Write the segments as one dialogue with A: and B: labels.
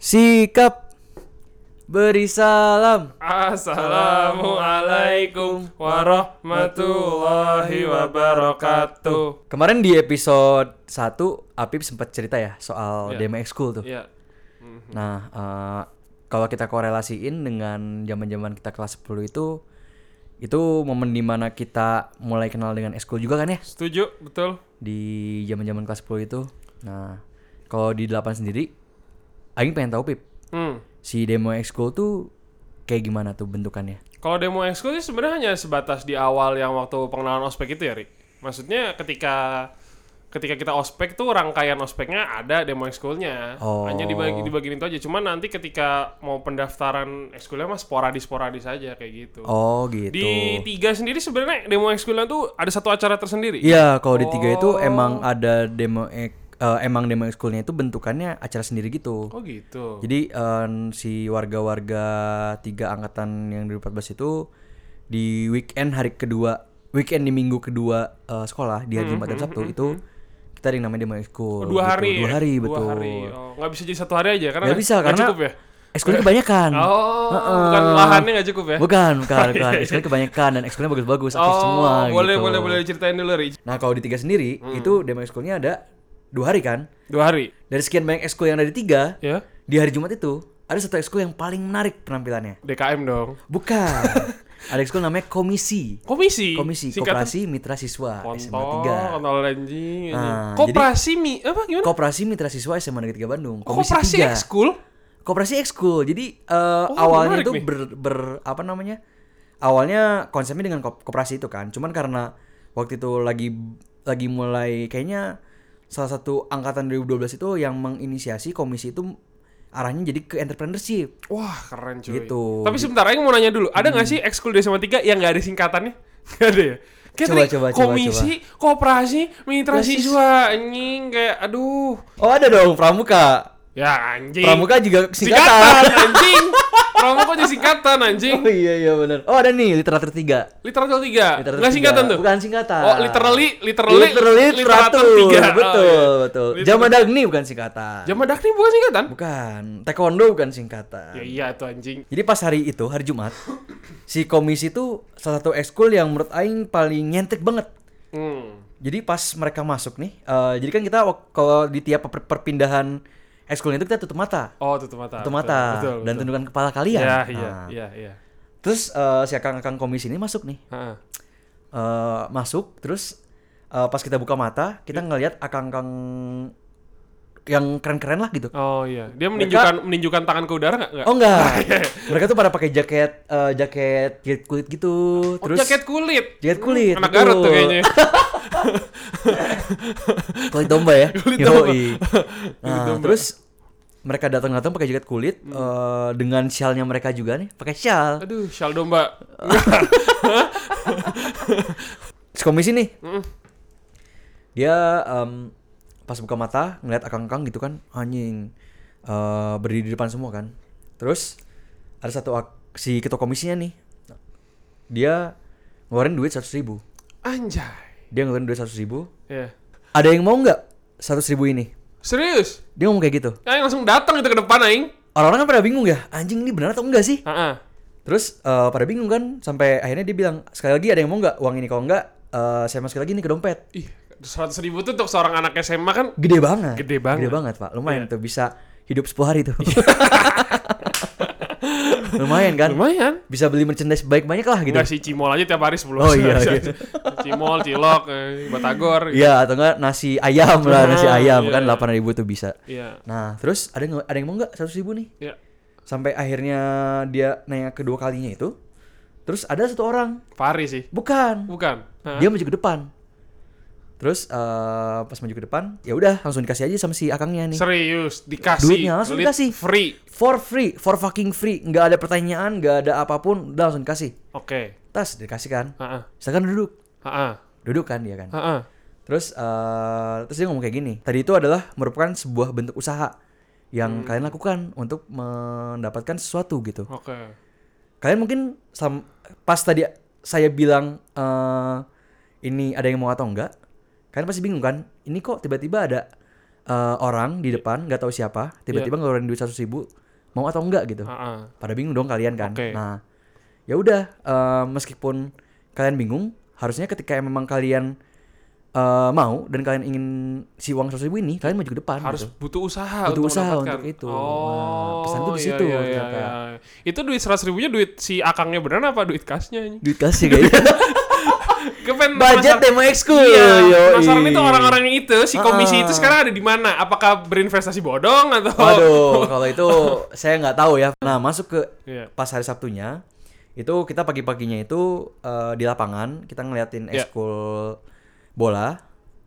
A: Sikap beri salam.
B: Assalamualaikum warahmatullahi wabarakatuh.
A: Kemarin di episode 1 Apip sempat cerita ya soal
B: Iya.
A: DMX School tuh.
B: Iya.
A: Nah, eh, kalau kita korelasiin dengan zaman-zaman kita kelas 10 itu itu momen dimana kita mulai kenal dengan school juga kan ya
B: Setuju, betul.
A: di zaman-zaman kelas 10 itu. Nah, kalau di 8 sendiri Aing pengen tahu Pip,
B: Hmm.
A: si demo school tuh kayak gimana tuh bentukannya?
B: Kalau demo ekskul sih sebenarnya hanya sebatas di awal yang waktu pengenalan ospek itu ya, Ri. Maksudnya ketika ketika kita ospek tuh rangkaian ospeknya ada demo ekskulnya.
A: Oh.
B: Hanya dibagi dibagiin itu aja. Cuman nanti ketika mau pendaftaran ekskulnya mah sporadis-sporadis aja kayak gitu.
A: Oh, gitu.
B: Di tiga sendiri sebenarnya demo ekskulnya tuh ada satu acara tersendiri.
A: Iya, kalau di tiga itu
B: Oh.
A: emang ada demo ek- eh, emang demo ekskulnya itu bentukannya acara sendiri gitu.
B: Oh gitu.
A: Jadi em, si warga-warga tiga angkatan yang 2014 itu di weekend hari kedua, weekend di minggu kedua eh, sekolah di
B: Hmm,
A: hari Jumat dan Sabtu itu kita ada yang namanya demo ekskul.
B: dua
A: gitu.
B: hari.
A: Dua
B: ya?
A: hari
B: Dua
A: betul.
B: hari. Oh, nggak bisa jadi satu hari aja karena
A: Nggak bisa, karena-
B: cukup ya.
A: Ekskulnya kebanyakan.
B: Oh,
A: Heeh.
B: bukan lahannya nggak cukup ya. iya.
A: Bukan, bukan, bukan. Ekskulnya kebanyakan dan ekskulnya bagus-bagus, aktif
B: oh,
A: semua
B: boleh
A: gitu.
B: boleh boleh ceritain dulu Ri.
A: Nah, kalau di tiga sendiri
B: Hmm.
A: itu demo ekskulnya ada dua hari kan?
B: Dua hari.
A: Dari sekian banyak ekskul yang ada di tiga,
B: Ya.
A: di hari Jumat itu ada satu ekskul yang paling menarik penampilannya.
B: DKM dong.
A: Bukan. ada ekskul namanya komisi.
B: Komisi.
A: Komisi
B: Singkatan
A: Koperasi Mitra Siswa SMA
B: kontol, kontol anjing. anjing.
A: Nah,
B: Koperasi mi apa
A: 3.
B: gimana?
A: Koperasi Mitra Siswa SMA Negeri 3 Bandung. Komisi
B: Oh, Koperasi
A: 3.
B: ekskul.
A: Koperasi ekskul. Jadi eh, awalnya
B: Oh, menarik
A: itu
B: nih.
A: ber, ber- apa namanya? Awalnya konsepnya dengan kop- koperasi itu kan. Cuman karena waktu itu lagi lagi mulai kayaknya salah satu angkatan 2012 itu yang menginisiasi komisi itu arahnya jadi ke entrepreneurship.
B: Wah, keren cuy.
A: Gitu. Hmm.
B: Tapi sebentar aja mau nanya dulu. Ada nggak sih ekskul di SMA 3 yang nggak ada singkatannya? Nggak ada ya? Kayak
A: Coba,
B: tadi
A: coba, coba,
B: komisi, koperasi, mitra
A: Koperasi.
B: siswa, anjing kayak aduh.
A: Oh ada dong pramuka.
B: Ya anjing.
A: Pramuka juga
B: singkatan
A: singkatan.
B: anjing. Pramuka jadi singkatan anjing.
A: Oh iya iya benar. Oh ada nih literatur 3.
B: Literatur 3.
A: Literatur
B: Enggak
A: tiga.
B: singkatan tuh.
A: Bukan singkatan.
B: Oh, literally, literally,
A: Literally literatur.
B: tiga. Oh,
A: Betul,
B: iya.
A: betul.
B: Liter-
A: Jamadagni bukan singkatan.
B: Jama Dakni bukan singkatan?
A: bukan. Taekwondo bukan singkatan.
B: Ya iya tuh anjing.
A: Jadi pas hari itu, hari Jumat, si komisi itu salah satu ekskul yang menurut aing paling nyentik banget.
B: Hmm.
A: Jadi pas mereka masuk nih, eh, jadi kan kita wak- kalau di tiap per- perpindahan ekskulnya itu kita tutup mata.
B: Oh, tutup mata.
A: Tutup
B: betul,
A: mata
B: Betul.
A: dan
B: betul.
A: tundukkan kepala kalian.
B: Iya,
A: Nah,
B: iya, iya, iya. Ah.
A: Terus eh, si akang-akang komisi ini masuk nih.
B: Heeh.
A: eh masuk terus eh, pas kita buka mata kita ngelihat akang-akang yang keren-keren lah gitu
B: Oh iya, dia menunjukkan menunjukkan tangan ke udara nggak? Nggak.
A: oh enggak
B: Iya,
A: mereka tuh pada pakai jaket eh, jaket jaket kulit gitu
B: Oh,
A: terus
B: jaket kulit. Hmm,
A: Jaket kulit,
B: Anak
A: betul.
B: Garut tuh kayaknya.
A: kulit domba ya
B: Kulit
A: Yoi.
B: domba.
A: nah
B: domba. Hmm.
A: terus mereka datang-datang pakai jaket kulit eh, dengan shalnya mereka juga nih pakai shawl
B: Aduh, shawl domba.
A: Terus komisi nih
B: Hmm.
A: dia em, pas buka mata ngeliat akang-akang gitu kan anjing eh, berdiri di depan semua kan terus ada satu ak- si ketua komisinya nih dia ngeluarin duit seratus ribu
B: Anjay.
A: dia ngeluarin duit seratus ribu
B: Ya.
A: ada yang mau nggak seratus ribu ini
B: Serius?
A: dia ngomong kayak gitu
B: Aing langsung datang itu ke depan aing. Ah,
A: orang-orang kan pada bingung ya anjing ini benar atau enggak sih
B: Heeh.
A: terus eh, pada bingung kan sampai akhirnya dia bilang sekali lagi ada yang mau nggak uang ini kalau nggak eh, saya masukin lagi nih ke dompet
B: Ih, 100 ribu tuh untuk seorang anak SMA kan
A: Gede banget.
B: Gede banget. Iya.
A: Gede banget, Pak. Lumayan tuh bisa hidup 10 hari tuh. Lumayan kan?
B: lumayan.
A: Bisa beli merchandise baik-banyak lah gitu.
B: Enggak sih cimol aja tiap hari 10
A: Oh, iya, iya.
B: cimol, cilok, eh, batagor. gitu.
A: Iya, atau enggak nasi ayam lah, nasi
B: Ah,
A: ayam
B: iya,
A: kan
B: iya.
A: 8000 tuh bisa.
B: Iya.
A: Nah, terus ada yang, ada yang mau enggak 100 ribu nih?
B: Iya.
A: Sampai akhirnya dia nanya kedua kalinya itu. Terus ada satu orang,
B: Pari sih.
A: bukan.
B: Bukan. Hah?
A: Dia maju ke depan. Terus eh, pas maju ke depan, ya udah langsung dikasih aja sama si akangnya nih.
B: Serius dikasih.
A: Duitnya langsung
B: Duit
A: dikasih.
B: Free.
A: For free, for fucking free. Nggak ada pertanyaan, nggak ada apapun, udah langsung kasih.
B: Oke.
A: Tas dikasih kan.
B: Heeh.
A: Silakan duduk.
B: Heeh.
A: Duduk kan dia kan.
B: Heeh.
A: Terus eh terus dia ngomong kayak gini. Tadi itu adalah merupakan sebuah bentuk usaha yang kalian lakukan untuk mendapatkan sesuatu gitu.
B: Oke.
A: Kalian mungkin sam- pas tadi saya bilang eh ini ada yang mau atau enggak, kalian pasti bingung kan? Ini kok tiba-tiba ada eh, orang di depan nggak tahu siapa tiba-tiba ngeluarin duit seratus ribu mau atau enggak gitu
B: Iya. Ah, ah.
A: pada bingung dong kalian kan
B: Oke.
A: nah ya udah eh, meskipun kalian bingung harusnya ketika memang kalian eh, mau dan kalian ingin si uang seratus ribu ini kalian maju ke depan
B: harus
A: gitu.
B: butuh usaha
A: Butuh
B: untuk
A: usaha
B: mendapatkan.
A: untuk itu. Nah,
B: oh
A: pesan tuh di
B: iya,
A: situ,
B: iya, iya,
A: ternyata.
B: iya. itu duit seratus ribunya duit si akangnya beneran apa duit kasnya ini
A: duit kasih kayaknya
B: Kepen
A: budget demo ekskul
B: Iya,
A: Yoi.
B: penasaran itu orang-orang yang itu, si komisi
A: Ah.
B: itu sekarang ada di mana? Apakah berinvestasi bodong atau?
A: Waduh, kalau itu saya nggak tahu ya. Nah, masuk ke
B: Oh. Iya.
A: pas hari Sabtunya, itu kita pagi-paginya itu eh, di lapangan kita ngeliatin
B: Iya.
A: ekskul bola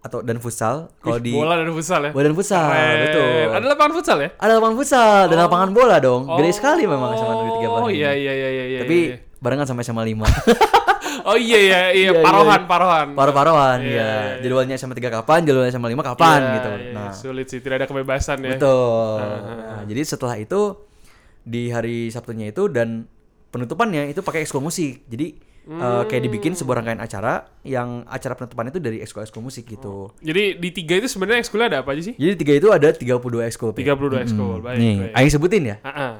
A: atau dan futsal. Kalau
B: Ih,
A: di
B: bola dan futsal ya.
A: bola dan futsal,
B: Keren.
A: betul.
B: Ada lapangan futsal ya?
A: Ada lapangan futsal dan lapangan bola dong. Gede sekali memang SMA Negeri 13
B: Oh
A: ini.
B: iya iya iya iya. iya,
A: Tapi
B: iya.
A: barengan sama SMA 5.
B: oh iya iya iya
A: Iya, iya.
B: parohan parohan.
A: Paru-paruan
B: Iya,
A: ya.
B: iya, iya.
A: Jadwalnya SMA 3 kapan, jadwalnya SMA 5 kapan
B: Iya,
A: gitu.
B: iya,
A: Nah,
B: sulit sih tidak ada kebebasan ya.
A: Betul. Nah, jadi setelah itu di hari Sabtunya itu dan penutupannya itu pakai ekskul musik. Jadi eh,
B: Hmm.
A: kayak dibikin sebuah rangkaian acara yang acara penutupan itu dari ekskul-ekskul musik gitu.
B: Jadi di tiga itu sebenarnya ekskulnya ada apa aja sih?
A: Jadi tiga itu ada 32 ekskul. Pe.
B: 32 ekskul. Baik.
A: Nih,
B: baik.
A: Aing sebutin ya.
B: Ah, ah.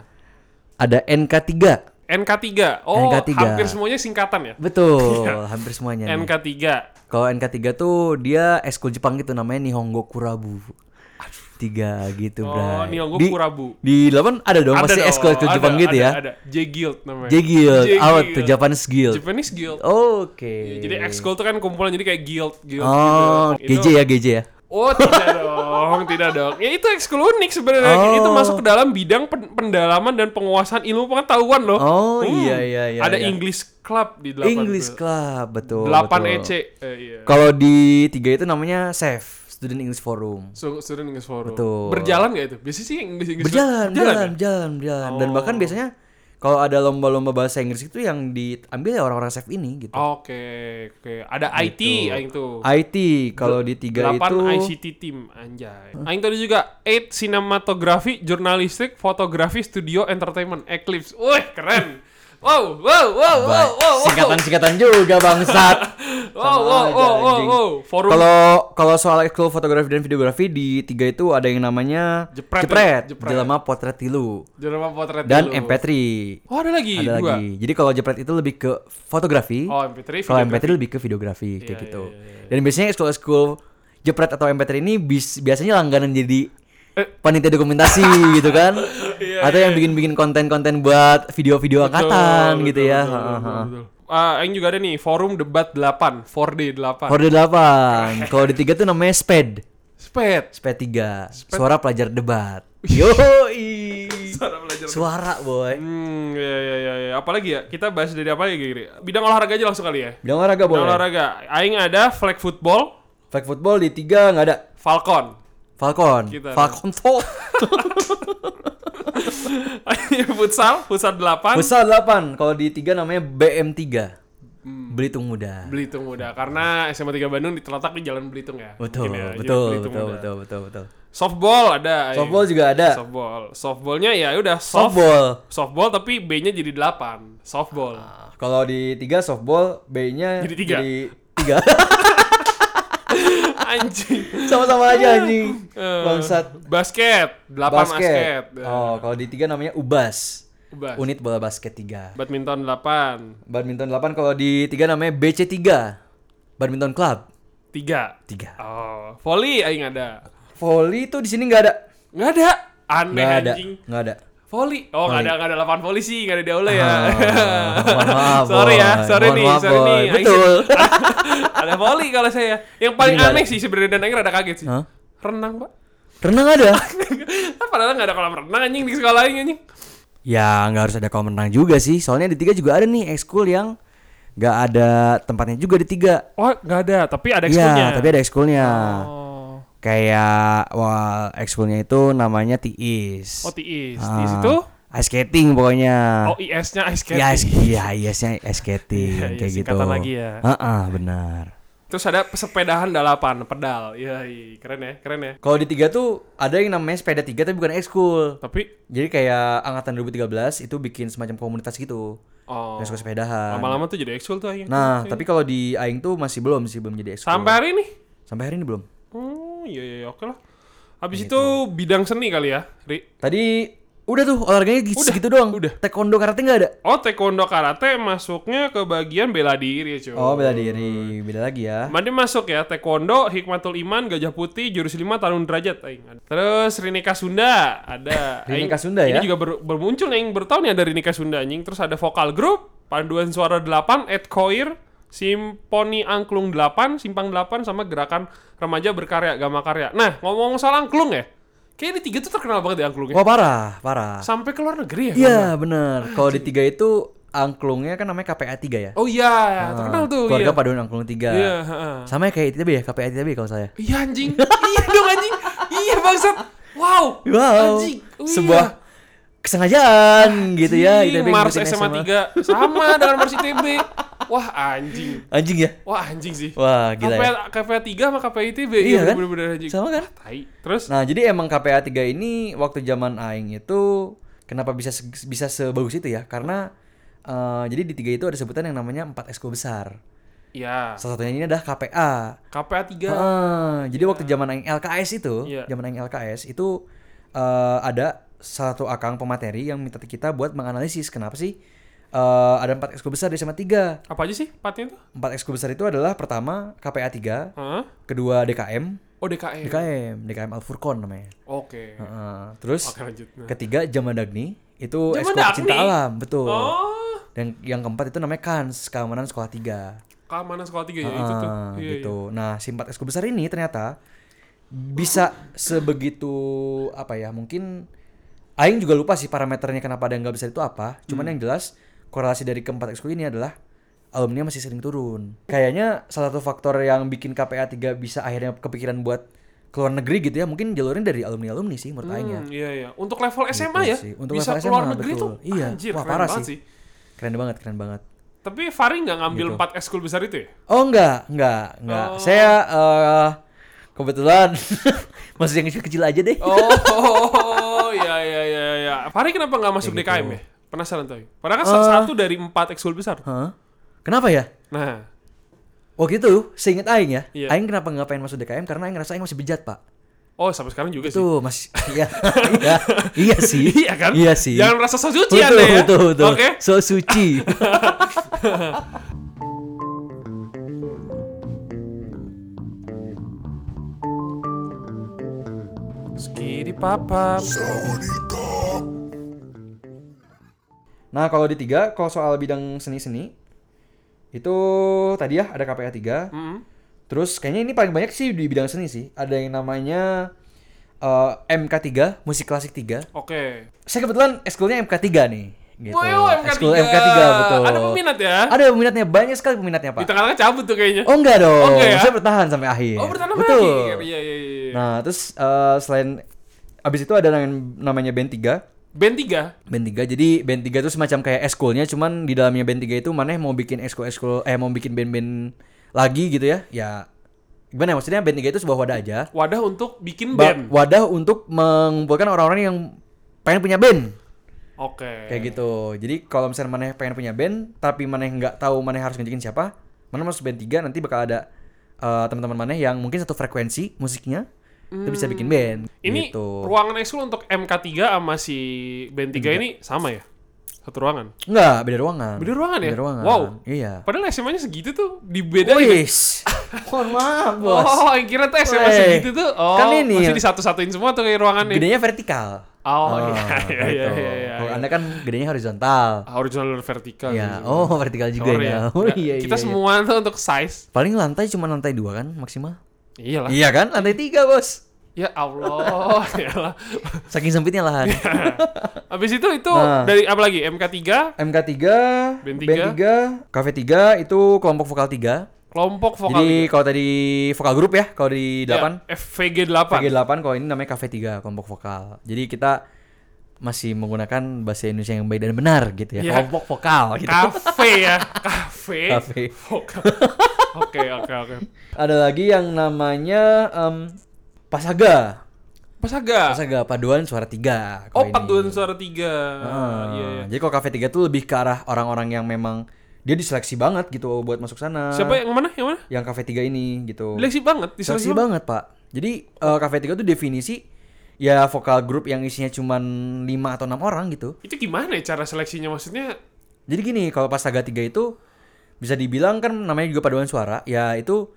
A: Ada NK3.
B: NK3. Oh,
A: NK3.
B: hampir semuanya singkatan ya.
A: Betul, hampir semuanya. nih.
B: NK3.
A: Kalau NK3 tuh dia ekskul Jepang gitu namanya Nihongo Kurabu. Tiga gitu,
B: Oh,
A: Bray.
B: Nihongo
A: Di-
B: Kurabu.
A: Di delapan ada dong pasti
B: dong,
A: ekskul-ekskul
B: ada,
A: Jepang gitu
B: ada,
A: ya.
B: Ada J Guild namanya.
A: J-Guild, out
B: Guild.
A: tuh Oh, Japanese Guild.
B: Japanese Guild.
A: Oke.
B: Ya, jadi ekskul tuh kan kumpulan jadi kayak guild, guild
A: iya, Oh,
B: gitu.
A: GJ ya, GJ ya.
B: Oh, tidak dong, tidak dong. Ya itu ekskul unik sebenarnya.
A: Oh.
B: Itu masuk ke dalam bidang pen- pendalaman dan penguasaan ilmu pengetahuan loh. Hmm.
A: Oh, iya, iya, iya,
B: Ada
A: iya.
B: English Club di 8.
A: English Club, betul.
B: 8
A: betul.
B: EC. Eh, iya.
A: Kalau di tiga itu namanya SEF, Student English Forum.
B: So, student English Forum.
A: Betul.
B: Berjalan gak itu? Biasanya sih English English
A: Berjalan,
B: Jalan
A: berjalan,
B: ya?
A: berjalan, berjalan. Dan
B: Oh.
A: bahkan biasanya kalau ada lomba-lomba bahasa Inggris itu yang diambil ya orang-orang SEF ini gitu.
B: Oke, oke. Ada IT Oh, aing tuh.
A: IT kalau di tiga itu
B: 8 ICT team anjay. Aing tadi juga 8 sinematografi, jurnalistik, fotografi, studio, entertainment, Eclipse. Wih, keren. Wow, wow, wow,
A: Ba-
B: wow, wow. wow.
A: singkatan-singkatan juga bangsat.
B: Wow, wow,
A: aja,
B: wow, wow,
A: anjing.
B: wow. Forum
A: Kalau kalau soal ekskul fotografi dan videografi di tiga itu ada yang namanya
B: Jepret,
A: jepret,
B: jepret.
A: jelema potret tilu
B: jurnal potret
A: dan
B: dulu.
A: MP3.
B: Oh, ada lagi
A: ada
B: dua.
A: lagi. Jadi kalau jepret itu lebih ke fotografi,
B: Oh, MP3
A: kalau
B: video.
A: MP3 lebih ke videografi kayak
B: Iya,
A: gitu.
B: iya,
A: Dan biasanya ekskul-ekskul jepret atau MP3 ini bis- biasanya langganan jadi panitia dokumentasi gitu kan.
B: Eh. Iya,
A: atau yang bikin-bikin konten-konten buat video-video angkatan
B: Betul,
A: gitu
B: betul,
A: ya.
B: betul,
A: Heeh,
B: betul,
A: heeh.
B: betul. Ah, Aing juga ada nih, forum debat 8, 4D 8.
A: Horde 8. Kalau di tiga tuh namanya sped.
B: Sped.
A: SP3 Suara pelajar debat Yoi
B: Cara belajar.
A: Suara boy
B: Hmm, ya, ya, ya, ya. Apalagi ya, kita bahas dari apa ya, Giri? Bidang olahraga aja langsung kali ya.
A: Bidang olahraga
B: Bidang
A: boleh
B: olahraga. Aing ada flag football,
A: Flag football di 3 nggak ada
B: Falcon.
A: Falcon
B: Kita ada.
A: Falcon tuh
B: futsal, futsal 8.
A: Besar 8 Kalau di 3 namanya BM3 Belitung Muda
B: Hmm. Belitung Muda karena SMA 3 Bandung diteletak di Jalan Belitung ya.
A: Betul
B: Mungkin ya, jadi
A: betul, betul,
B: Belitung
A: betul,
B: Muda. Eh,
A: betul, betul,
B: Softball ada. ayo.
A: Softball juga ada
B: Softball. Softballnya ya udah soft.
A: Softball
B: Softball tapi B-nya jadi 8. Softball.
A: Kalau di 3 softball B-nya
B: Ah. Jadi tiga.
A: tiga.
B: Anjing.
A: Sama-sama aja anjing
B: Eh,
A: Bangsat
B: Basket, 8 basket. eh.
A: Basket Oh kalau di 3 namanya UBAS
B: Ubas.
A: Unit bola basket 3
B: Badminton 8.
A: Badminton 8 kalau di 3 namanya BC3. Badminton Club
B: 3.
A: 3.
B: Oh, volley aing ada.
A: Volley tuh di sini nggak ada.
B: Nggak ada. Aneh
A: Nggak ada.
B: anjing.
A: Nggak ada.
B: Volley. Oh, nggak ada nggak ada lapangan volley sih, nggak ada di aula ya.
A: Ah, mohon maaf,
B: sorry ya,
A: Boy.
B: sorry
A: Mohon
B: nih,
A: maaf,
B: sorry
A: Boy.
B: nih. Aing-
A: Betul.
B: ada volley kalau saya. Yang paling
A: Ini nggak
B: aneh
A: ada.
B: sih sebenarnya dan Aing rada kaget sih.
A: Hah?
B: Renang, Pak.
A: Renang ada.
B: Ah, Padahal nggak ada kolam renang anjing di sekolah Aing anjing.
A: ya nggak harus ada kolam renang juga sih. Soalnya di 3 juga ada nih ekskul yang nggak ada tempatnya juga di 3.
B: Oh, nggak ada, tapi ada ekskulnya.
A: Iya, tapi ada ekskulnya.
B: Oh.
A: Kayak wah ekskulnya itu namanya Tiis.
B: Oh, TIS.
A: Ah,
B: Di situ
A: ice skating pokoknya.
B: Oh, IS-nya ice skating.
A: Ya, ice, iya, iasnya ice skating
B: Iya, iya,
A: kayak gitu.
B: singkatan lagi ya.
A: Heeh, benar.
B: Terus ada sepedahan dalapan, pedal. Iya, iya, keren ya, keren ya.
A: Kalau di tiga tuh ada yang namanya sepeda tiga tapi bukan ekskul.
B: Tapi
A: Jadi kayak angkatan 2013 itu bikin semacam komunitas gitu.
B: oh,
A: Ekskul sepedahan.
B: lama-lama tuh jadi ekskul tuh Aing.
A: Ya, Nah, tapi kalau di Aing tuh masih belum sih belum jadi ekskul.
B: sampai hari ini.
A: Sampai hari ini belum.
B: Hmm, Oh, iya iya iya, oke lah. Habis itu bidang seni kali ya, Ri.
A: Tadi udah tuh olahraganya gitu
B: Udah,
A: segitu doang.
B: udah.
A: Taekwondo karate nggak ada.
B: Oh, taekwondo karate masuknya ke bagian bela diri, cuy.
A: Oh bela diri, beda lagi ya.
B: Mandi masuk ya, taekwondo, hikmatul iman, gajah putih, jurus lima, tarung derajat, aing. Ada. Terus Rinika Sunda, ada. Aing.
A: Rinika Sunda ya?
B: Ini juga ber- bermuncul aing bertahun ya ada Rinika Sunda anjing. Terus ada vokal group, panduan suara 8, Ed Koir, Simponi Angklung 8, Simpang 8 sama gerakan remaja berkarya, gama karya. Nah, ngomong soal Angklung ya. Kayaknya di tiga tuh terkenal banget ya Angklungnya.
A: Wah parah, parah.
B: Sampai ke luar negeri ya. kalau nggak
A: Ah. Iya bener. Kalau di tiga itu angklungnya kan namanya KPA 3 ya.
B: Oh iya, terkenal tuh.
A: Keluarga
B: iya.
A: paduan angklung 3
B: Iya, heeh.
A: Sama ya kayak ITB ya, KPA ITB kalau saya.
B: Iya anjing. iya dong anjing. Iya bangsat. Wow.
A: Wow.
B: Anjing. Oh, iya.
A: sebuah kesengajaan gitu ya
B: Anjing,
A: ITB
B: Mars
A: ngikutin
B: SMA 3 sama dengan Mars ITB. Wah, anjing.
A: Anjing ya.
B: Wah, anjing sih.
A: Wah, gila
B: KPA,
A: ya.
B: KPA 3 sama KPA ITB.
A: Iya kan?
B: bener-bener anjing.
A: Sama kan?
B: Tai. Terus
A: Nah, jadi emang KPA 3 ini waktu zaman aing itu kenapa bisa se- bisa sebagus itu ya? Karena eh, jadi di tiga itu ada sebutan yang namanya empat esko besar.
B: ya,
A: Salah satunya ini adalah KPA.
B: KPA 3
A: Heeh, jadi waktu zaman aing LKS itu,
B: Iya.
A: zaman aing LKS itu eh, ada satu akang pemateri yang minta kita buat menganalisis kenapa sih eh, ada empat ekskul besar di SMA 3.
B: apa aja sih partnya itu?
A: Empat ekskul besar itu adalah pertama KPA 3,
B: Hah?
A: kedua DKM,
B: Oh, DKM.
A: DKM, DKM Al Furqon namanya.
B: Oke.
A: Heeh, terus
B: Oke, lanjut. Nah.
A: ketiga Jamadagni itu
B: Jamadagni?
A: ekskul cinta alam, betul.
B: Oh,
A: Dan yang keempat itu namanya KANS, keamanan sekolah 3.
B: keamanan sekolah 3 ya itu tuh.
A: Ah,
B: Iya,
A: gitu. Nah, si empat ekskul besar ini ternyata bisa sebegitu apa ya? Mungkin aing juga lupa sih parameternya kenapa ada yang nggak besar itu apa.
B: Hmm.
A: Cuman yang jelas korelasi dari keempat ekskul ini adalah alumni masih sering turun. Kayaknya salah satu faktor yang bikin KPA 3 bisa akhirnya kepikiran buat ke luar negeri gitu ya. Mungkin jalurnya dari alumni-alumni sih menurut aing ya.
B: Hmm, iya iya. Untuk level SMA ya.
A: Gitu sih. Untuk
B: bisa
A: level SMA,
B: keluar negeri
A: betul.
B: tuh.
A: Iya.
B: Anjir,
A: Wah,
B: keren
A: parah
B: banget
A: sih.
B: sih.
A: Keren banget, keren banget.
B: Tapi Fari nggak ngambil
A: Gitu.
B: empat ekskul besar itu ya?
A: Oh enggak, enggak, enggak.
B: Oh.
A: Saya eh kebetulan masih yang kecil-kecil aja deh.
B: Oh,
A: iya,
B: ya ya ya ya. Fari kenapa nggak masuk DKM
A: gitu.
B: ya? Penasaran tuh. Padahal kan
A: Eh.
B: sa- satu dari empat ekskul besar.
A: Hah? Kenapa ya?
B: Nah,
A: Waktu itu seingat Aing ya,
B: Iya.
A: Aing kenapa nggak pengen masuk DKM karena Aing ngerasa Aing masih bejat pak.
B: oh sampai sekarang juga sih.
A: Tuh mas, iya, iya, iya sih,
B: Iya kan?
A: iya sih.
B: Jangan merasa so suci
A: betul,
B: Anda ya.
A: betul, betul.
B: Oke.
A: So suci.
B: Skiri papa.
A: Nah, kalau di tiga, kalau soal bidang seni-seni, itu tadi ya ada KPA 3. Terus kayaknya ini paling banyak sih di bidang seni sih. Ada yang namanya eh, MK3, musik klasik 3.
B: Oke.
A: Saya kebetulan eskulnya MK3 nih. Gitu.
B: Woi, oh, MK3.
A: Eskul MK3, betul.
B: Ada peminat ya?
A: Ada peminatnya, banyak sekali peminatnya
B: Di
A: Pak.
B: tengah-tengah cabut tuh kayaknya.
A: Oh enggak dong,
B: enggak ya?
A: saya bertahan sampai akhir.
B: Oh, bertanam
A: Betul.
B: lagi. Iya iya iya. Nah.
A: Nah, terus eh, selain abis itu ada yang namanya band 3.
B: Band 3.
A: Band 3. Jadi band 3 itu semacam kayak eskulnya cuman di dalamnya band 3 itu maneh mau bikin eskul eskul eh mau bikin band-band lagi gitu ya. Ya gimana ya? maksudnya band 3 itu sebuah wadah aja.
B: Wadah untuk bikin
A: Ba-
B: band.
A: Wadah untuk mengumpulkan orang-orang yang pengen punya band.
B: Oke.
A: Kayak gitu. Jadi kalau misalnya maneh pengen punya band tapi maneh nggak tahu maneh harus ngejekin siapa, maneh masuk band 3 nanti bakal ada eh, teman-teman maneh yang mungkin satu frekuensi musiknya itu bisa bikin band.
B: Hmm. Ini
A: gitu.
B: ruangan ekskul untuk MK3 sama si band 3 ini sama ya? Satu ruangan.
A: Enggak, beda ruangan.
B: Beda ruangan ya?
A: Beda ruangan.
B: Wow.
A: Iya.
B: Padahal SMA-nya segitu tuh dibedain. gitu.
A: Wis. Mohon maaf, Bos.
B: Oh, yang kira tuh SMA
A: Weh.
B: segitu tuh. Oh,
A: Kan ini-
B: masih disatu-satuin semua tuh kayak ruangannya.
A: Gedenya vertikal.
B: Oh,
A: Ah,
B: iya, iya, iya,
A: gitu.
B: iya, iya.
A: Kalau Anda kan gedenya horizontal.
B: Ah, Horizontal vertikal.
A: Ya,
B: gitu.
A: oh vertikal juga
B: Sorry
A: ya. Oh
B: Nggak,
A: iya iya, iya.
B: Kita semua tuh untuk size.
A: Paling lantai cuma lantai dua kan maksimal.
B: Iyalah.
A: Iya kan? Lantai tiga bos.
B: Ya Allah, iyalah.
A: Saking sempitnya lahan.
B: Iya. Habis itu itu
A: Nah.
B: dari apa lagi? MK3,
A: MK 3,
B: Band
A: Band
B: tiga.
A: 3, Cafe 3 itu kelompok vokal 3.
B: kelompok vokal.
A: Jadi kalau tadi vokal grup ya, kalau di 8
B: Ya, FVG 8.
A: VG8 kalau ini namanya Cafe 3 kelompok vokal. Jadi kita masih menggunakan bahasa Indonesia yang baik dan benar gitu ya.
B: Iya.
A: Kelompok vokal gitu.
B: Kafe ya, kafe.
A: Cafe.
B: Vokal. Oke, oke, oke.
A: Ada lagi yang namanya em, Pasaga.
B: Pasaga.
A: Pasaga paduan suara 3.
B: Ya. Oh, paduan suara tiga. Iya, iya.
A: Ah, Jadi kalau Cafe 3 tuh lebih ke arah orang-orang yang memang dia diseleksi banget gitu buat masuk sana.
B: iya. Siapa ya? yang mana? Yang mana?
A: yang Cafe 3 ini gitu.
B: Seleksi banget, diseleksi
A: Seleksi
B: banget.
A: banget, Pak. Jadi eh, Cafe 3 tuh definisi ya vokal grup yang isinya cuman 5 atau enam orang gitu.
B: Itu gimana ya cara seleksinya maksudnya?
A: Jadi gini, kalau pas Saga 3 itu bisa dibilang kan namanya juga paduan suara, ya itu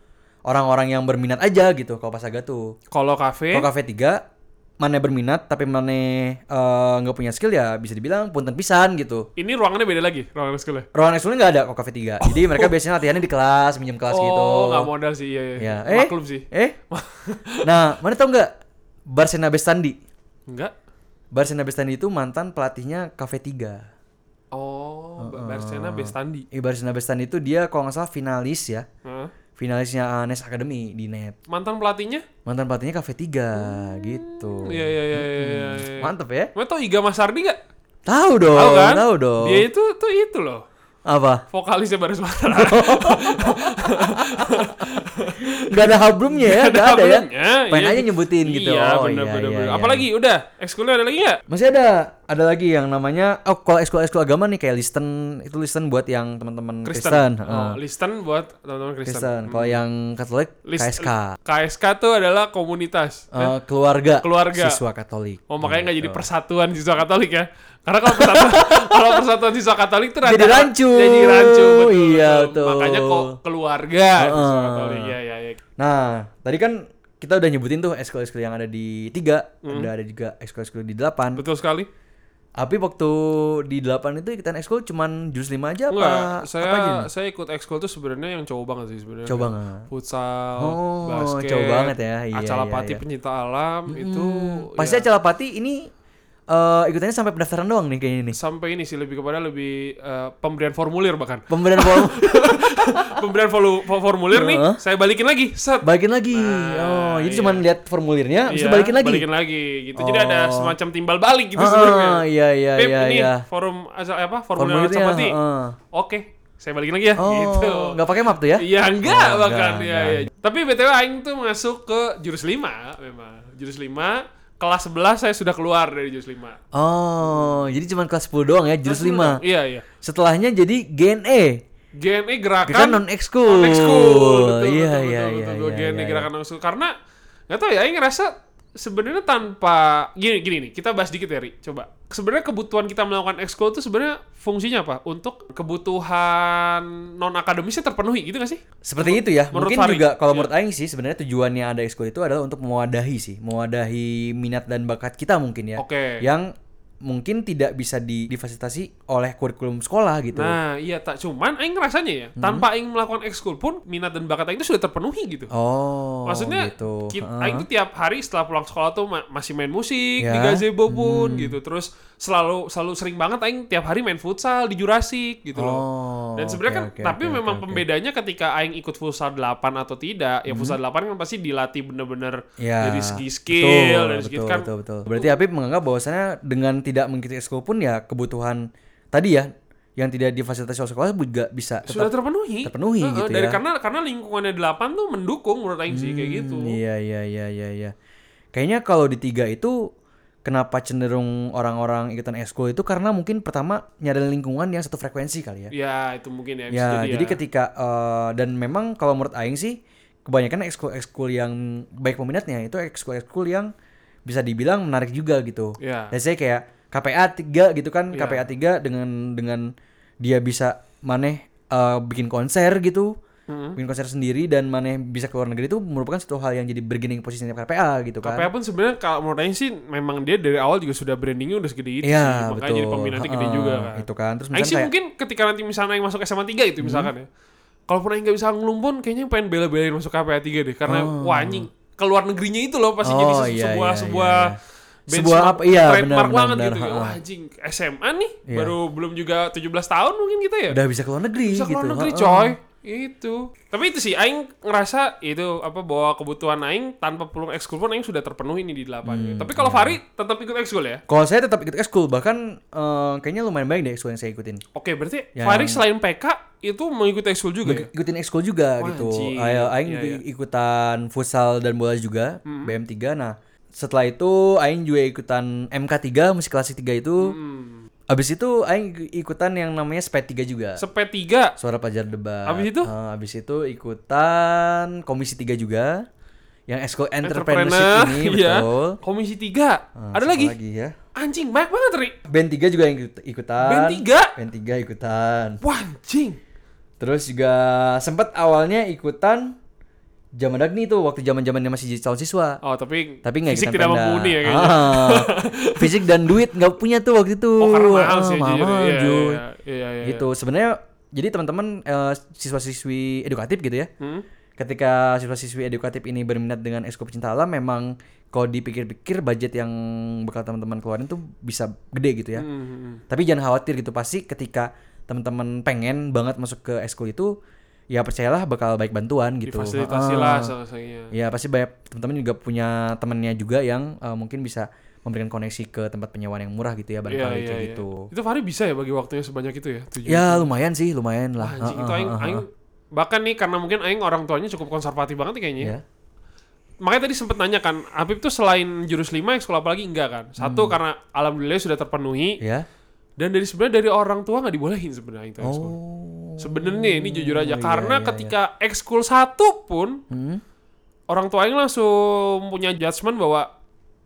A: orang-orang yang berminat aja gitu kalau pas Saga tuh.
B: Kalau kafe,
A: Kalau Cafe 3 mana berminat tapi mana eh, nggak punya skill ya bisa dibilang punten pisan gitu.
B: ini ruangannya beda lagi, ruangan sekolah.
A: Ruangan ekskulnya nggak ada kalau Cafe 3. Jadi mereka biasanya latihannya di kelas, minjem kelas gitu.
B: Oh, nggak modal sih, iya, iya.
A: Ya, eh,
B: Maklum sih.
A: Eh? nah, mana tau nggak Barsena Bestandi?
B: Enggak.
A: Barsena Bestandi itu mantan pelatihnya Cafe 3.
B: Oh, Ba- Barcelona Bestandi.
A: Eh, Barsena Bestandi itu dia kalau nggak salah finalis ya.
B: Hah?
A: Finalisnya Anes Academy di net.
B: Mantan pelatihnya?
A: Mantan pelatihnya Cafe 3 gitu.
B: Iya, iya, iya, iya, iya, iya.
A: Mantep ya?
B: Lo tau Iga Masardi nggak?
A: Tahu dong,
B: Tahu kan?
A: tahu dong.
B: Dia itu tuh itu loh.
A: Apa?
B: Vokalisnya baru
A: Oh.
B: suara.
A: Gak ada hablumnya ya, gak ada ya.
B: Problemnya,
A: Pengen
B: iya.
A: aja nyebutin gitu.
B: Iya,
A: Oh,
B: bener,
A: iya,
B: bener,
A: iya,
B: bener.
A: iya.
B: Apalagi udah, ekskulnya ada lagi nggak?
A: Masih ada, ada lagi yang namanya oh kalau ekskul ekskul agama nih kayak listen itu listen buat yang teman-teman
B: Kristen.
A: Kristen.
B: Oh,
A: Heeh.
B: Listen buat teman-teman Kristen. Hmm.
A: Kristen. Kalau yang Katolik
B: List- eh,
A: KSK.
B: KSK tuh adalah komunitas.
A: Eh, keluarga,
B: Keluarga.
A: siswa Katolik. Iya.
B: Oh makanya nggak jadi persatuan siswa Katolik ya? Karena kalau persatuan kalau persatuan siswa Katolik itu
A: Jadi rancu.
B: jadi rancu betul.
A: Iya, betul.
B: Makanya kok keluarga siswa
A: Heeh.
B: Katolik ya ya ya.
A: Nah, tadi kan kita udah nyebutin tuh ekskul-ekskul yang ada di 3, ada ada juga ekskul-ekskul di 8.
B: Hmm. Betul sekali.
A: Tapi waktu di 8 itu ikutan ekskul cuman jurus 5 aja apa? gitu?
B: Enggak, saya
A: apa aja nih?
B: saya ikut ekskul tuh sebenarnya yang cowok banget sih sebenarnya.
A: Coba nggak?
B: Futsal,
A: Oh,
B: basket,
A: cowok banget ya. Iya,
B: acara
A: iya,
B: pati
A: iya.
B: pencinta alam itu
A: Pasti
B: ya,
A: acara pati ini eh, ikutannya sampai pendaftaran doang nih kayaknya nih.
B: sampai ini sih lebih kepada lebih eh, pemberian formulir bahkan.
A: Pemberian form
B: pemberian volu- formulir nih,
A: Heeh.
B: saya balikin lagi. Set.
A: balikin lagi. oh,
B: Nah,
A: jadi
B: iya.
A: cuman lihat formulirnya bisa
B: Iya,
A: balikin lagi.
B: Balikin lagi gitu. Jadi ada
A: Oh.
B: semacam timbal balik gitu
A: Ah,
B: sebenarnya.
A: iya iya
B: Pip,
A: iya
B: ini
A: iya.
B: forum asal apa? Formulir
A: Formulirnya.
B: Acapati.
A: heeh.
B: Oke, saya balikin lagi ya
A: Oh,
B: gitu.
A: nggak pakai map tuh ya?
B: Iya enggak
A: Oh,
B: bahkan
A: enggak,
B: ya,
A: enggak.
B: ya. Tapi BTW aing tuh masuk ke jurus 5 memang. Jurus 5 kelas 11 saya sudah keluar dari jurus 5.
A: Oh, jadi cuman kelas 10 doang ya, jurus 5.
B: Iya, iya.
A: Setelahnya jadi E. GNE.
B: GNE
A: Kita
B: gerakan
A: non ekskul.
B: non school.
A: Iya
B: Betul, betul,
A: iya
B: betul,
A: iya.
B: betul.
A: iya,
B: GNE
A: iya.
B: gerakan non school karena nggak tahu ya aing ngerasa sebenarnya tanpa gini gini nih kita bahas dikit ya Ri coba sebenarnya kebutuhan kita melakukan ekskul itu sebenarnya fungsinya apa untuk kebutuhan non akademisnya terpenuhi gitu gak sih
A: Seperti itu ya.
B: menurut
A: Mungkin
B: Fahri.
A: juga kalau
B: Iya.
A: menurut aing sih sebenarnya tujuannya ada ekskul itu adalah untuk mewadahi sih, mewadahi minat dan bakat kita mungkin ya.
B: Oke.
A: Yang mungkin tidak bisa di- difasilitasi oleh kurikulum sekolah gitu.
B: Nah, iya tak cuman aing ngerasanya ya,
A: Hmm.
B: tanpa aing melakukan ekskul pun minat dan bakat aing itu sudah terpenuhi gitu.
A: oh,
B: Maksudnya
A: gitu.
B: kit-
A: Heeh.
B: aing tuh tiap hari setelah pulang sekolah tuh ma- masih main musik di
A: Ya.
B: gazebo pun gitu. Terus selalu selalu sering banget aing tiap hari main futsal di Jurassic gitu loh.
A: Oh,
B: Dan sebenarnya
A: oke,
B: kan
A: oke,
B: tapi
A: oke,
B: memang
A: oke, oke.
B: pembedanya ketika aing ikut futsal 8 atau tidak, ya futsal 8 kan pasti dilatih bener-bener
A: Ya,
B: dari segi skill
A: betul,
B: dari segi
A: betul,
B: kan
A: betul, betul. Berarti Habib menganggap bahwasannya dengan tidak mengikuti ekskul pun ya kebutuhan tadi ya yang tidak difasilitasi oleh sekolah juga bisa
B: sudah
A: tetap
B: terpenuhi.
A: terpenuhi
B: Heeh,
A: gitu
B: dari
A: ya.
B: karena karena lingkungannya 8 tuh mendukung menurut aing sih kayak gitu.
A: Hmm, Iya iya iya iya iya. Kayaknya kalau di tiga itu kenapa cenderung orang-orang ikutan ekskul itu karena mungkin pertama nyadarin lingkungan yang satu frekuensi kali ya.
B: Ya itu mungkin ya.
A: Ya,
B: bisa jadi,
A: jadi,
B: ya.
A: ketika eh, dan memang kalau menurut aing sih kebanyakan ekskul-ekskul yang baik peminatnya itu ekskul-ekskul yang bisa dibilang menarik juga gitu.
B: Ya.
A: Dan saya kayak KPA 3 gitu kan,
B: Iya.
A: KPA 3 dengan dengan dia bisa maneh eh, bikin konser gitu.
B: Mm-mm.
A: Bikin konser sendiri dan maneh bisa ke luar negeri itu merupakan satu hal yang jadi bargaining posisinya KPA gitu kan.
B: KPA pun sebenarnya kalau menurut Aing sih memang dia dari awal juga sudah brandingnya udah segede itu sih.
A: Iya,
B: Makanya
A: betul.
B: jadi peminatnya gede
A: Heeh,
B: juga kan.
A: Itu kan. Terus
B: Aing
A: misalnya
B: sih
A: kayak Hmm.
B: mungkin ketika nanti misalnya Aing masuk SMA 3 itu misalkan ya. Kalaupun Aing nggak bisa ngelum pun kayaknya pengen bela-belain masuk KPA 3 deh. Karena wah anjing keluar negerinya itu loh pasti jadi
A: Oh,
B: se-
A: iya,
B: sebuah
A: iya,
B: sebuah
A: iya, Sebuah apa- iya, benar,
B: trademark
A: benar,
B: banget
A: benar,
B: gitu.
A: heeh.
B: Wah anjing SMA nih
A: Iya.
B: baru belum juga 17 tahun mungkin kita ya.
A: udah bisa ke luar negeri
B: bisa
A: gitu.
B: keluar negeri
A: heeh.
B: coy itu tapi itu sih aing ngerasa itu apa bahwa kebutuhan aing tanpa peluang ekskul pun aing sudah terpenuhi nih di delapan
A: Hmm,
B: tapi kalau
A: iya.
B: Fahri tetap ikut ekskul ya
A: Kalau saya tetap ikut ekskul bahkan eh, kayaknya lumayan banyak deh ekskul yang saya ikutin.
B: oke berarti
A: Yang-
B: Fahri selain PK itu mengikuti ekskul juga ya?
A: Ikutin ekskul juga
B: Wah,
A: gitu.
B: anjing.
A: Ayo aing
B: Iya, iya.
A: ikutan futsal dan bola juga, BM3. Nah, setelah itu aing juga ikutan MK3 musik klasik 3 itu.
B: hmm.
A: Abis itu aing ikutan yang namanya SPED 3 juga.
B: sepet tiga
A: Suara pelajar debat.
B: Abis itu?
A: Eh, abis itu ikutan komisi 3 juga. yang esko entrepreneurship ini
B: iya.
A: betul.
B: Komisi 3.
A: Nah,
B: Ada
A: siapa
B: lagi?
A: ya.
B: Anjing, banyak banget, Ri.
A: Band 3 juga yang ikut- ikutan.
B: Band 3?
A: Band 3 ikutan.
B: Wah, anjing.
A: Terus juga sempet awalnya ikutan zaman Dagni tuh waktu zaman-zamannya masih jadi calon siswa.
B: Oh, tapi,
A: Tapi nggak
B: fisik
A: ikutan
B: tidak
A: Pemda.
B: mumpuni ya kayaknya.
A: Ah, fisik dan duit nggak punya tuh waktu itu.
B: Oh, karena mahal
A: Ah,
B: sih jujur.
A: mahal,
B: Iya,
A: Joy.
B: iya, iya, iya.
A: Gitu. Sebenarnya jadi teman-teman eh, siswa-siswi edukatif gitu ya.
B: Hmm?
A: Ketika siswa-siswi edukatif ini berminat dengan Esko Pecinta Alam memang kalau dipikir-pikir budget yang bakal teman-teman keluarin tuh bisa gede gitu ya.
B: Hmm, hmm, hmm.
A: Tapi jangan khawatir gitu pasti ketika teman-teman pengen banget masuk ke eskul itu ya percayalah bakal baik bantuan gitu.
B: Difasilitasi
A: Ah.
B: lah selesainya.
A: Ya pasti banyak teman-teman juga punya temennya juga yang eh, mungkin bisa memberikan koneksi ke tempat penyewaan yang murah gitu ya
B: Iya,
A: barangkali kayak gitu.
B: Itu Fahri bisa ya bagi waktunya sebanyak itu ya? Tujuh
A: Ya lumayan sih, lumayan lah.
B: Wah, anjing
A: Ah,
B: itu
A: ah,
B: aing,
A: ah,
B: aing bahkan nih karena mungkin aing orang tuanya cukup konservatif banget nih kayaknya.
A: Ya.
B: Makanya tadi sempet nanya kan, Habib tuh selain jurus lima sekolah apalagi enggak kan? Satu
A: Hmm.
B: karena alhamdulillah sudah terpenuhi
A: Ya.
B: dan dari sebenarnya dari orang tua nggak dibolehin sebenarnya itu ekskul.
A: Oh.
B: Sebenarnya ini jujur
A: Iya,
B: aja karena
A: iya, iya.
B: ketika ekskul satu pun
A: Hmm.
B: orang tua aing langsung punya judgement bahwa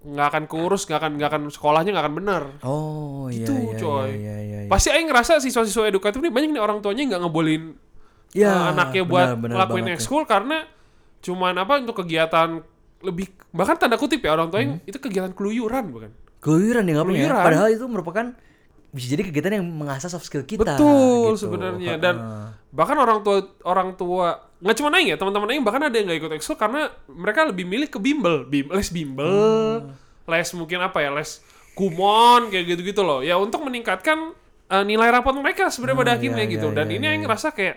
B: nggak akan kurus, nggak akan nggak akan sekolahnya nggak akan bener.
A: Oh, iya, iya,
B: Gitu, coy. eh,
A: Iya, iya, iya.
B: Pasti aing ngerasa siswa-siswa edukatif ini banyak nih orang tuanya nggak ngebolehin
A: Ya,
B: eh, anaknya buat
A: benar, benar
B: ngelakuin
A: banget ya. tuh.
B: ekskul karena cuman apa untuk kegiatan lebih bahkan tanda kutip ya orang tua yang
A: Hmm.
B: itu kegiatan keluyuran bukan
A: Keluyuran ya ngapain ya?
B: Keluyuran.
A: Padahal itu merupakan bisa jadi kegiatan yang mengasah soft skill kita.
B: Betul,
A: gitu.
B: sebenarnya.
A: Ha-ha.
B: Dan- bahkan orang tua orang tua nggak cuma naik ya teman-teman Aing bahkan ada yang nggak ikut ekskul karena mereka lebih milih ke bimbel Bim- les bimbel
A: Hmm.
B: les mungkin apa ya les kumon kayak gitu-gitu loh ya untuk meningkatkan eh, nilai rapot mereka sebenarnya pada
A: Hmm,
B: akhirnya
A: iya,
B: gitu
A: iya,
B: dan
A: iya,
B: ini
A: iya. Hmm.
B: yang ngerasa kayak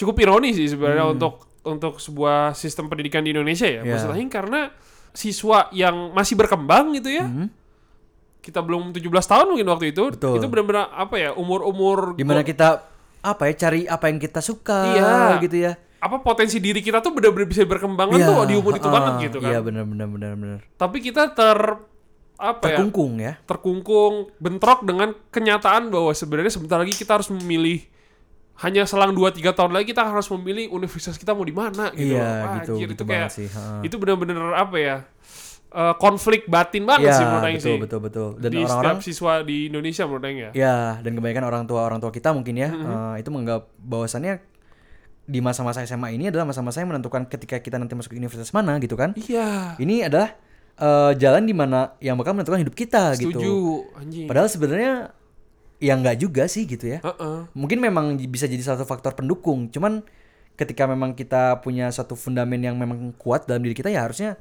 B: cukup ironi sih sebenarnya untuk untuk sebuah sistem pendidikan di Indonesia ya
A: Iya.
B: maksud Aing karena siswa yang masih berkembang gitu ya
A: Hmm.
B: kita belum 17 tahun mungkin waktu itu
A: Betul.
B: itu benar-benar apa ya umur-umur
A: Gimana kita apa ya cari apa yang kita suka
B: Iya.
A: gitu ya.
B: apa potensi diri kita tuh benar-benar bisa berkembang
A: Iya,
B: tuh di umur itu
A: ha-ha.
B: banget gitu kan.
A: Iya, benar benar benar benar.
B: Tapi kita ter apa ya?
A: Terkungkung ya.
B: terkungkung, bentrok dengan kenyataan bahwa sebenarnya sebentar lagi kita harus memilih hanya selang 2-3 tahun lagi kita harus memilih universitas kita mau di mana gitu.
A: Iya,
B: loh. Wah,
A: gitu,
B: anjir,
A: gitu
B: itu
A: banget
B: kayak
A: sih, ha-ha.
B: itu benar-benar apa ya? eh, konflik batin banget
A: Iya,
B: sih menurut Aing
A: betul,
B: sih.
A: betul betul Dan
B: di
A: orang-orang
B: setiap siswa di Indonesia menurut Aing ya.
A: ya dan kebanyakan orang tua orang tua kita mungkin ya
B: Mm-hmm.
A: eh, itu menganggap bahwasannya di masa-masa SMA ini adalah masa-masa yang menentukan ketika kita nanti masuk ke universitas mana gitu kan.
B: Iya.
A: Ini adalah eh, jalan di mana yang bakal menentukan hidup kita gitu.
B: Setuju, anjing.
A: Padahal sebenarnya ya nggak juga sih gitu ya.
B: Heeh.
A: Mungkin memang j- bisa jadi salah satu faktor pendukung. Cuman ketika memang kita punya satu fundamen yang memang kuat dalam diri kita ya harusnya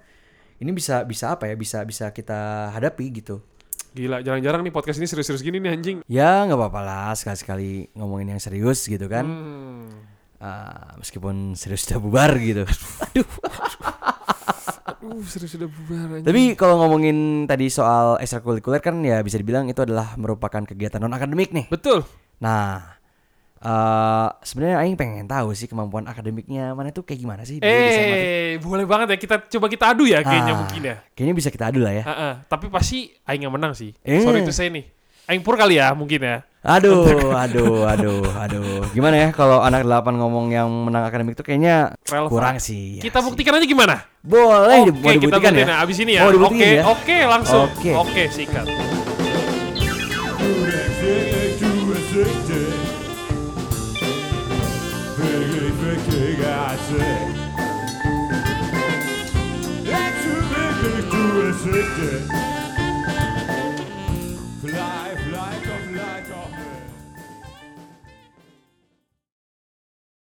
A: ini bisa bisa apa ya bisa bisa kita hadapi gitu.
B: Gila, jarang-jarang nih podcast ini serius-serius gini nih anjing.
A: Ya nggak apa-apa lah sekali-sekali ngomongin yang serius gitu kan.
B: Hmm.
A: Ah, meskipun serius sudah bubar gitu. Aduh.
B: Uh, serius sudah bubar anjing.
A: Tapi kalau ngomongin tadi soal ekstrakurikuler kan ya bisa dibilang itu adalah merupakan kegiatan non akademik nih.
B: Betul.
A: Nah, eh sebenarnya Aing pengen tahu sih kemampuan akademiknya mana tuh kayak gimana sih dulu di SMA tuh.
B: Eh, boleh banget ya kita coba kita adu ya kayaknya
A: Ah,
B: mungkin ya.
A: Kayaknya bisa kita adu lah ya.
B: Heeh, tapi pasti aing yang menang sih.
A: Eh.
B: Sorry to say nih. Aing pur kali ya mungkin ya.
A: Aduh, aduh, aduh, aduh. Gimana ya kalau anak delapan ngomong yang menang akademik tuh kayaknya
B: Relevan.
A: kurang sih. ya
B: kita
A: sih.
B: buktikan aja gimana?
A: Boleh di- mau
B: Oke, kita
A: dibuktikan ya.
B: buktiin ya. abis ini ya.
A: Mau
B: Oke,
A: dibuktiin
B: oke,
A: ya.
B: langsung. Oke,
A: Oke.
B: sikat.
C: Yeah.